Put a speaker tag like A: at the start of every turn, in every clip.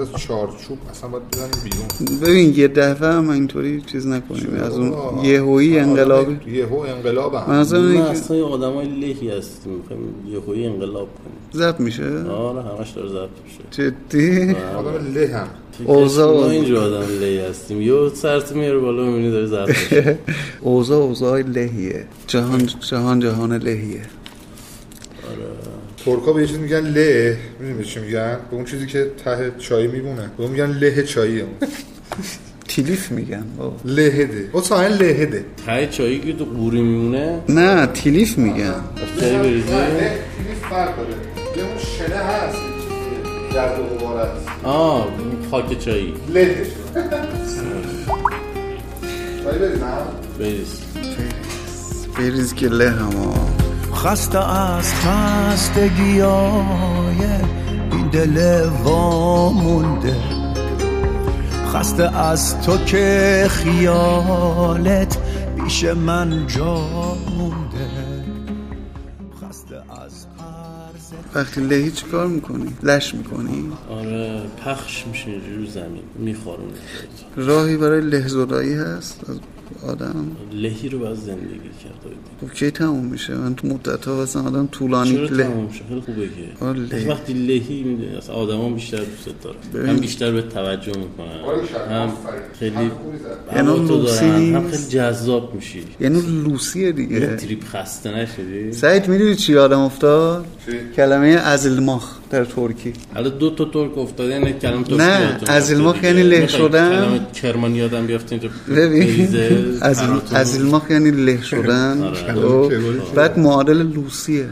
A: از چارچوب اصلا باید بزنیم بیرون
B: ببین یه دفعه هم اینطوری چیز نکنیم از اون
A: آه. آره.
B: یهویی
A: آدم
B: انقلابی
A: یهو انقلاب
B: من
A: هم
B: اصلا
C: ما
B: اینه که
C: اصلا یه آدم های لهی هستیم میخوایم یه خویی انقلاب کنیم
B: ضبط میشه
C: آره همش داره ضبط میشه
B: جدی
A: آدم له هم
B: اوضاع-
C: ما اینجا آدم لهی هستیم یه سرت میاره بالا میبینی داره ضبط میشه
B: اوضاع اوضاع لهیه جهان جهان جهان لهیه
C: آره.
A: ترکا به یه چیز میگن له میدونی به چی میگن به اون چیزی که ته چای میمونه به اون میگن له چایی اون
B: تیلیف میگن بابا
A: لهده او ساین لهده
C: تای چایی که تو قوری میمونه
B: نه تیلیف میگن
C: از چای بریزه
A: خیلی فرق داره یه اون شنه هست یه چیزی گرد و غبار هست
C: آه خاک چایی
A: لهش ولی ببینم
C: بریز
B: بریز که له هم
D: خسته از خستگی های این دل وامونده خسته از تو که خیالت پیش من جا مونده خسته از عرض
B: وقتی لهی چی کار میکنی؟ لش میکنی؟
C: آره پخش میشه اینجوری رو زمین میخورونه
B: راهی برای له زدایی هست از آدم
C: لهی رو باید زندگی کرده بودیم
B: خب کی تموم میشه من تو مدت ها مثلا آدم طولانی
C: چرا
B: له
C: تمام شد خیلی خوبه که
B: آه، له.
C: از وقتی لهی میده از آدما بیشتر دوست داره هم بیشتر به توجه میکنن هم خیلی
B: یعنی
C: هوا تو
B: لوسی
C: دارن هم
B: نیست؟
C: خیلی جذاب میشی
B: یعنی لوسیه
C: یه
B: دیگه
C: تریپ خسته نشدی
B: سعید میدونی چی یادم افتاد
A: چی؟
B: کلمه ازلماخ در ترکی
C: حالا دو تا ترک افتاده یعنی کلم ترکی
B: نه،
C: یادتون
B: از
C: رفته
B: علما
C: دیگه.
B: یعنی له
C: می‌خوای
B: شدن؟
C: کلمه کرمانی یادم بیافت اینجا
B: ببین
C: بریزه،
B: از
C: براتون.
B: ازلماخ یعنی له شدن
C: آره.
B: خب.
A: کلمه که
B: بعد معادل لوسیه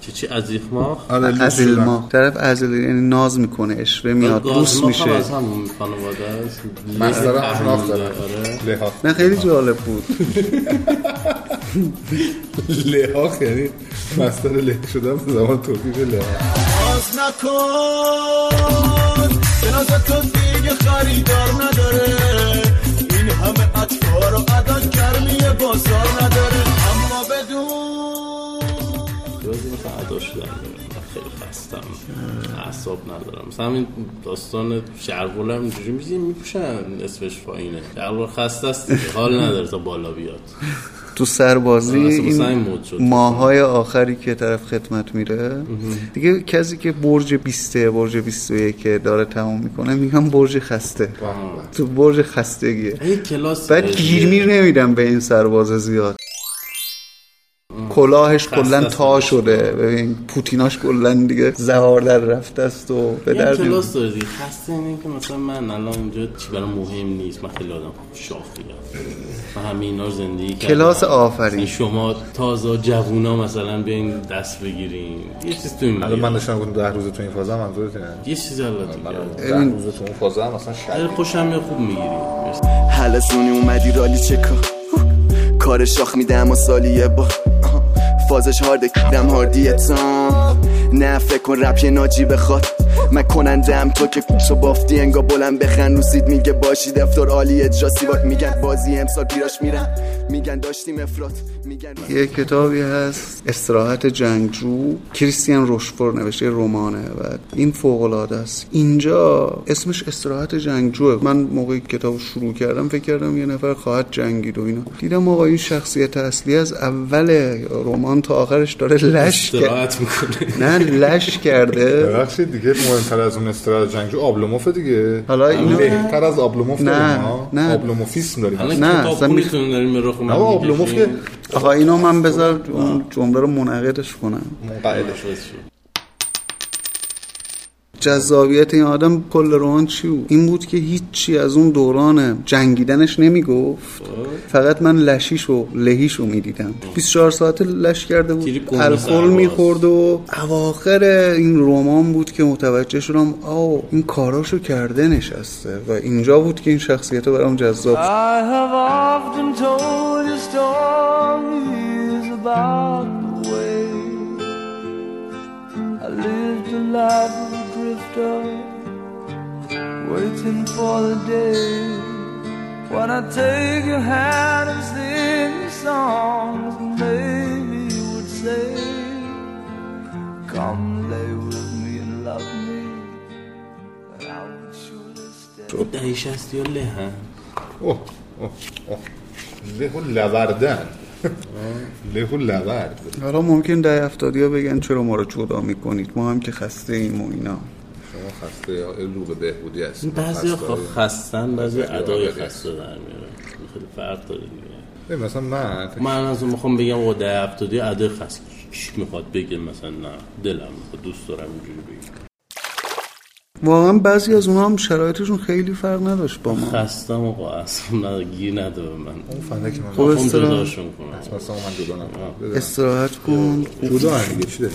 C: چی چی از یخماخ
B: آره،
A: آره،
B: ازلماخ طرف ازل یعنی ناز میکنه اشوه میاد لوس
C: گازماخ
B: میشه
C: آره، هم از همون خانواده است
A: مثلا
C: یه
A: احناف داره
C: آره.
A: لها
B: نه خیلی جالب بود
A: لها یعنی مصدر له شدن به زمان ترکی به لها
D: باز نکن جنازه تو دیگه خریدار نداره این همه اطفا رو ادا کرمی بازار نداره اما بدون
C: گازی مثلا ادا شدن داره. من خیلی خستم اعصاب ندارم مثلا همین داستان شرقل هم اینجوری میزیم میپوشن اسمش فاینه شرقل خسته است دیگه. حال نداره تا بالا بیاد
B: تو سربازی
C: آه، آره، اصلا مثلا این
B: این
C: مود شد.
B: ماهای آخری که طرف خدمت میره دیگه کسی که برج 20 برج 21 که داره تموم میکنه میگم برج خسته تو برج خستگیه
C: یه کلاس
B: بعد
C: داره.
B: گیر میر نمیدم به این سرباز زیاد کلاهش
C: خسته
B: کلا
C: است.
B: تا شده ببین پوتیناش کلا دیگه زهار در رفته است و به
C: یه
B: درد نمی‌خوره.
C: کلاس داره دیگه خسته اینه که مثلا من الان اینجا چی برام مهم نیست من خیلی آدم شاخی من همه اینا رو زندگی کردم
B: کلاس آفرین.
C: مثلا شما تازه جوونا مثلا بیاین دست بگیرین یه چیز تو این
A: الان من
C: مدل.
A: داشتم گفتم ده روز تو این فازم منظورت اینه
C: یه چیزی حالا دیگه
A: ده روز تو اون فازم اصلا شد
C: خیلی خوشم میاد، خوب میگیریم
E: حلزونی اومدی رالی چکا کار شاخ میده اما سالی یه با آه. فازش هارده کدم هاردی تام نه فکر کن رپ یه ناجی بخواد من کنندم تو که کوچو بافتی انگا بلند بخن روسید میگه باشی دفتر عالی اجرا سیواک میگن بازی امسال پیراش میرن میگن داشتیم افراد میگن
B: یه کتابی هست استراحت جنگجو کریستیان روشفور نوشته یه رمانه و این فوق العاده است اینجا اسمش استراحت جنگجوه من موقع کتاب شروع کردم فکر کردم یه نفر خواهد جنگید و اینا دیدم آقا این شخصیت اصلی از اول رمان تا آخرش داره لش کرد
C: استراحت میکنه
B: نه لش کرده
A: ببخشید دیگه مهمتر از اون استراد جنگجو آبلوموف دیگه
B: حالا اینو-
A: بهتر از آبلوموف
B: نه،
A: داریم ها
B: نه.
A: آبلوموفیسم داریم
C: الان
B: نه،
C: کتاب
B: اصلا میخ-
C: خونیتون داریم به رخ من
A: نه آبلوموف که
B: آقا اینو من بذار اون جمله رو منعقدش کنم
A: منقعدش
B: جذابیت این آدم کل رمان چی بود این بود که هیچی از اون دوران جنگیدنش نمیگفت فقط من لشیش و لهیش رو میدیدم 24 ساعت لش کرده
C: تریپ
B: بود
C: گم
B: الکل
C: سرباز.
B: میخورد و اواخر این رمان بود که متوجه شدم آو این کاراشو کرده نشسته و اینجا بود که این شخصیت رو برام جذاب شد
F: I have often told you stories about the way I lived a life of a drifter, waiting for the day when I take your hand and sing you songs, and maybe you would say, Come lay with me and love me.
B: شد
C: دهی شستی ها له هم
A: اوه اوه اوه له و لوردن له و لورد
B: حالا ممکن ده هفتادی ها بگن چرا ما رو جدا میکنید ما هم که خسته ایم و اینا
A: شما خسته یا رو به بهبودی هستید
C: بعضی خب
A: خسته های-
C: خستن بعضی
A: خسته
C: ادای
A: آدایی.
C: خسته در میارن خیلی فرق داره دیگه
A: ببین، مثلا من فکر-
C: من از اون میخوام بگم آقا ده هفتادی ادای خسته چی میخواد بگه مثلا نه دلم میخواد دوست دارم اینجوری بگم
B: واقعا بعضی از اونها هم شرایطشون خیلی فرق نداشت با
A: خب،
B: ما
C: خستم آقا اصلا نه گیر نده به من
A: اون فنده که من
B: خب
C: اون
B: استراحت-
C: جداشون کنم
A: مثلا من جدا نمیدونم
B: استراحت کن
A: جدا هم دیگه چی داری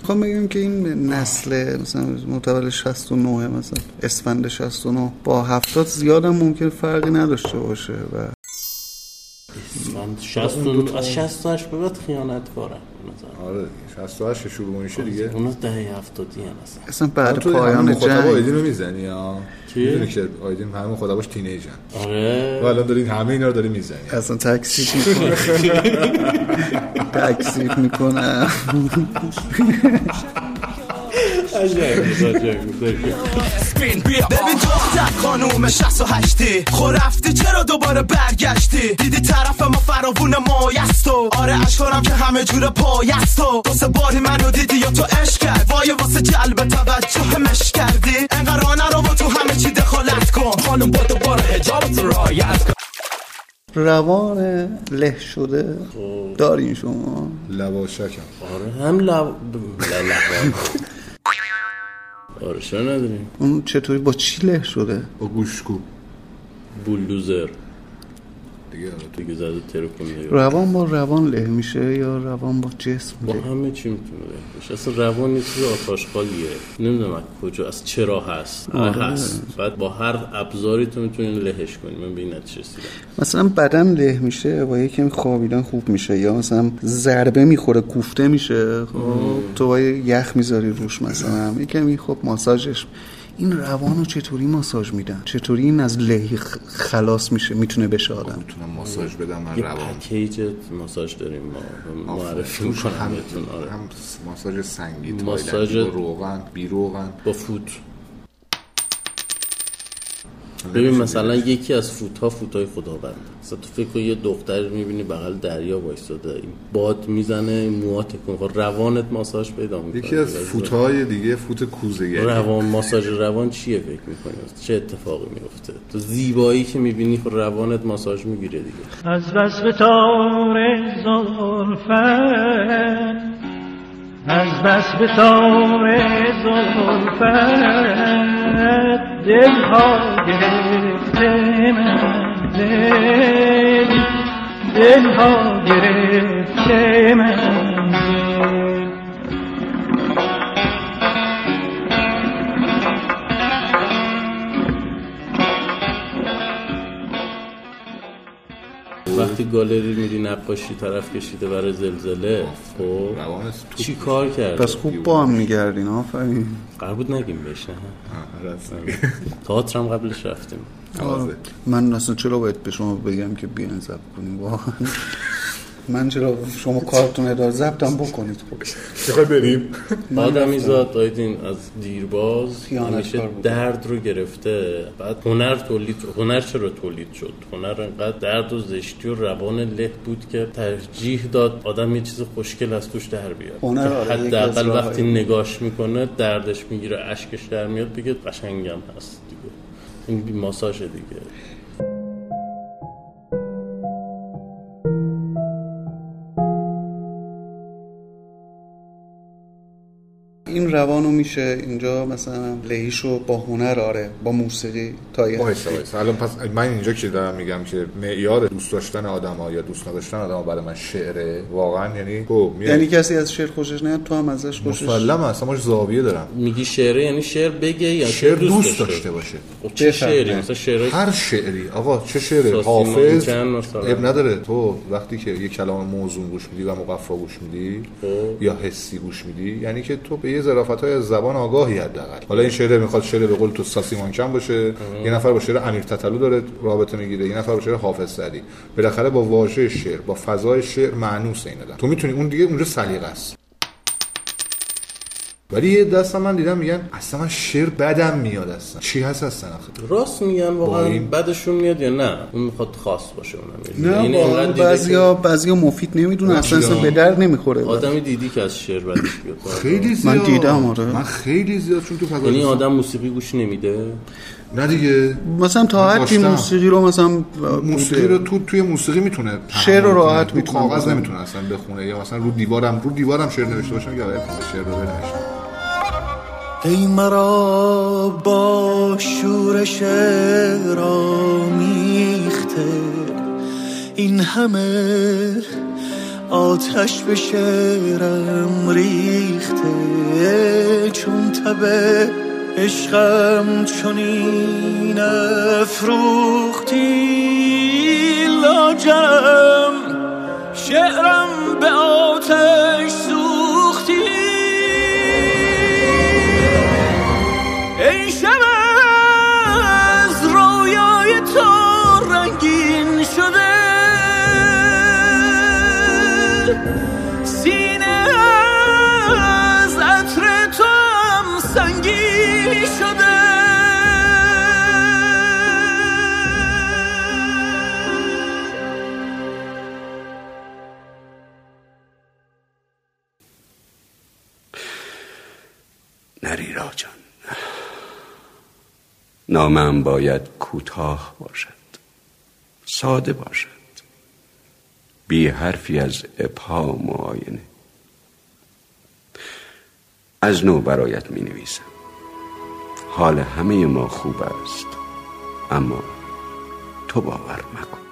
B: میخوام بگم که این نسل مثلا متولد 69 مثلا اسفند 69 با 70 زیادم ممکن فرقی نداشته باشه و
C: من 60 از 68 به بعد خیانت کارم مثلا
A: آره دیگه 68 که شروع میشه دیگه
C: اونا دهه هفتادی هم اصلا
B: اصلا بعد
A: تو همه
B: پایان
A: مخاطب
B: جنگ
A: آیدین رو میزنی یا
C: چی؟
A: میدونی که آیدین همه مخاطباش تینیجن
C: آره
A: و الان دارین همه اینا رو داری میزنی
B: اصلا تکسیب میکنه تکسیب میکنه
C: عجب عجب، عجب.
G: بین بیا ببین دختر خانوم 68 خو رفتی چرا دوباره برگشتی دیدی طرف ما فراوون مایست تو آره اشکارم که همه جور پایست تو دو سه باری منو دیدی یا تو عشق کرد وای واسه جلب توجهمش کردی انقدر راه نرو و تو همه چی دخالت کن خانم با دوباره حجابت رو رعایت کن
B: روان له شده
A: خب.
B: دارین شما
A: لواشکم
C: آره هم لب لا، لب آره چرا نداریم
B: اون چطوری با چی له شده
A: با گوشکو
C: بولدوزر
A: دیگه آره تو
C: دیگه زده ترکون دیگه
B: روان با روان له میشه یا روان با جسم
C: با
B: له
C: همه چی میتونه بشه اصلا روان یه چیز آتاشقالیه نمیدونم از کجا از چرا هست هست بعد با هر ابزاری تو میتونی لهش کنی من به این نتیجه رسیدم
B: مثلا بدن له میشه با یه کمی خوابیدن خوب میشه یا مثلا ضربه میخوره کوفته میشه خب تو با یه یخ میذاری روش مثلا یه کمی خب ماساژش این روانو چطوری ماساژ میدن چطوری این از له خ- خلاص میشه میتونه بشه آدم
A: میتونم ماساژ بدم من
C: یه
A: روان
C: پکیج ماساژ داریم ما معرفی
A: توش
C: میکنم
A: هم
C: بهتون آره
A: هم ماساژ سنگی
C: ماساژ-
A: ماساژ روغن بی روغن
C: با فوت ببین مثلا یکی از فوت ها فوت های خداوند مثلا تو فکر کن یه دختر میبینی بغل دریا وایستاده این باد میزنه موات کن خب روانت ماساژ پیدا میکنه
A: یکی از فوت های دیگه فوت کوزه یعنی
C: روان ماساژ روان چیه فکر میکنی چه اتفاقی میفته تو زیبایی که میبینی خب روانت ماساژ میگیره دیگه
H: از بس تار زلفت از بس به تار زلفت دل ها گرفته من دل دل ها گرفته من دل
C: وقتی گالری میری نقاشی طرف کشیده برای زلزله خب
A: روانت تو
C: چی کار کرده
B: پس خوب با هم میگردین آفرین
C: قرار بود نگیم بهش نه
A: راست.
C: تئاتر هم قبلش رفتیم
A: آره. تازه.
B: من اصلا چرا باید به شما بگم که بیان ضبط کنیم واقعا من چرا شما کارتون ادار ضبطم بکنید خب
A: میخوای بریم
C: آدمی زاد دایدین از دیرباز
B: خیانتکار
C: همیشه
B: بوده.
C: درد رو گرفته بعد هنر تولید هنر چرا تولید شد هنر انقدر درد و زشتی و روان له بود که ترجیح داد آدم یه چیز خوشگل از توش در بیاد
B: هنر
C: که
B: آره، یکی از
C: حداقل
B: راههای.
C: وقتی نگاش میکنه دردش میگیره اشکش در میاد بگه قشنگم هست دیگه این بی- ماساژ دیگه
B: این روانو میشه اینجا مثلا لهیشو با هنر آره با موسیقی تا یه
A: وایسا وایسا الان پس من اینجا که دارم میگم که معیار دوست داشتن آدم ها یا دوست نداشتن آدم ها برای من شعره واقعا یعنی تو میای-
B: یعنی کسی از شعر خوشش نیاد تو هم ازش خوشش
A: مسلمه اصلا ماش زاویه دارم
C: میگی شعره یعنی شعر بگه یا
A: شعر دوست داشته باشه
C: خب چه
B: بفهمه.
C: شعری مثلا شعرهای
A: هر شعری آقا چه شعره
C: ساسی
A: حافظ
C: ممکن مثلا.
A: اب نداره تو وقتی که یه کلام موزون گوش میدی و مقفا گوش میدی
C: خب.
A: یا حسی گوش میدی یعنی که تو به یه ظرافت های از زبان آگاهی حداقل حالا این شعره میخواد شعر به قول تو ساسی مانکن باشه یه نفر با شعر امیر تتلو داره رابطه میگیره یه نفر با شعر حافظ سعدی بالاخره با واژه شعر با فضای شعر معنوس این آدم. تو میتونی اون دیگه اونجا سلیقه است ولی یه دستم من دیدم میگن اصلا من شعر بدم میاد اصلا چی هست هستن آخه
C: راست میگن
A: با
C: واقعا
A: این-
C: بدشون میاد یا نه اون میخواد خاص باشه اونم
B: نه
C: یعنی
B: واقعا
C: اینقدر دیده
B: بعضیا بعضیا مفید نمیدونن اصلا اصلا به در نمیخوره
C: که آدمی دیدی که از شعر بدش بیاد
A: خیلی زیاد
B: من دیدم، آره.
A: من خیلی زیاد چون تو
C: یعنی
A: فضا
C: آدم موسیقی گوش نمیده
A: نه دیگه
B: مثلا تا
A: من
B: حدی
A: داشتم.
B: موسیقی رو مثلا
A: موسیقی رو تو توی موسیقی میتونه
B: شعر رو راحت
A: رو
B: می‌تونه
A: کاغذ
B: بخونه.
A: نمیتونه اصلا بخونه یا مثلا رو دیوارم رو دیوارم شعر نوشته باشم یا شعر رو بنوشتم
D: ای مرا با شورش رامیخته این همه آتش به شعرم ریخته چون تب عشقم چنین افروختی لاجرم شعرم به آتش سوختی ای شب از رویای تو رنگین شده سینه از عطر تو هم سنگین شده
I: نری را جان نامم باید کوتاه باشد ساده باشد بی حرفی از ابهام و آینه از نو برایت می نویسم حال همه ما خوب است اما تو باور مکن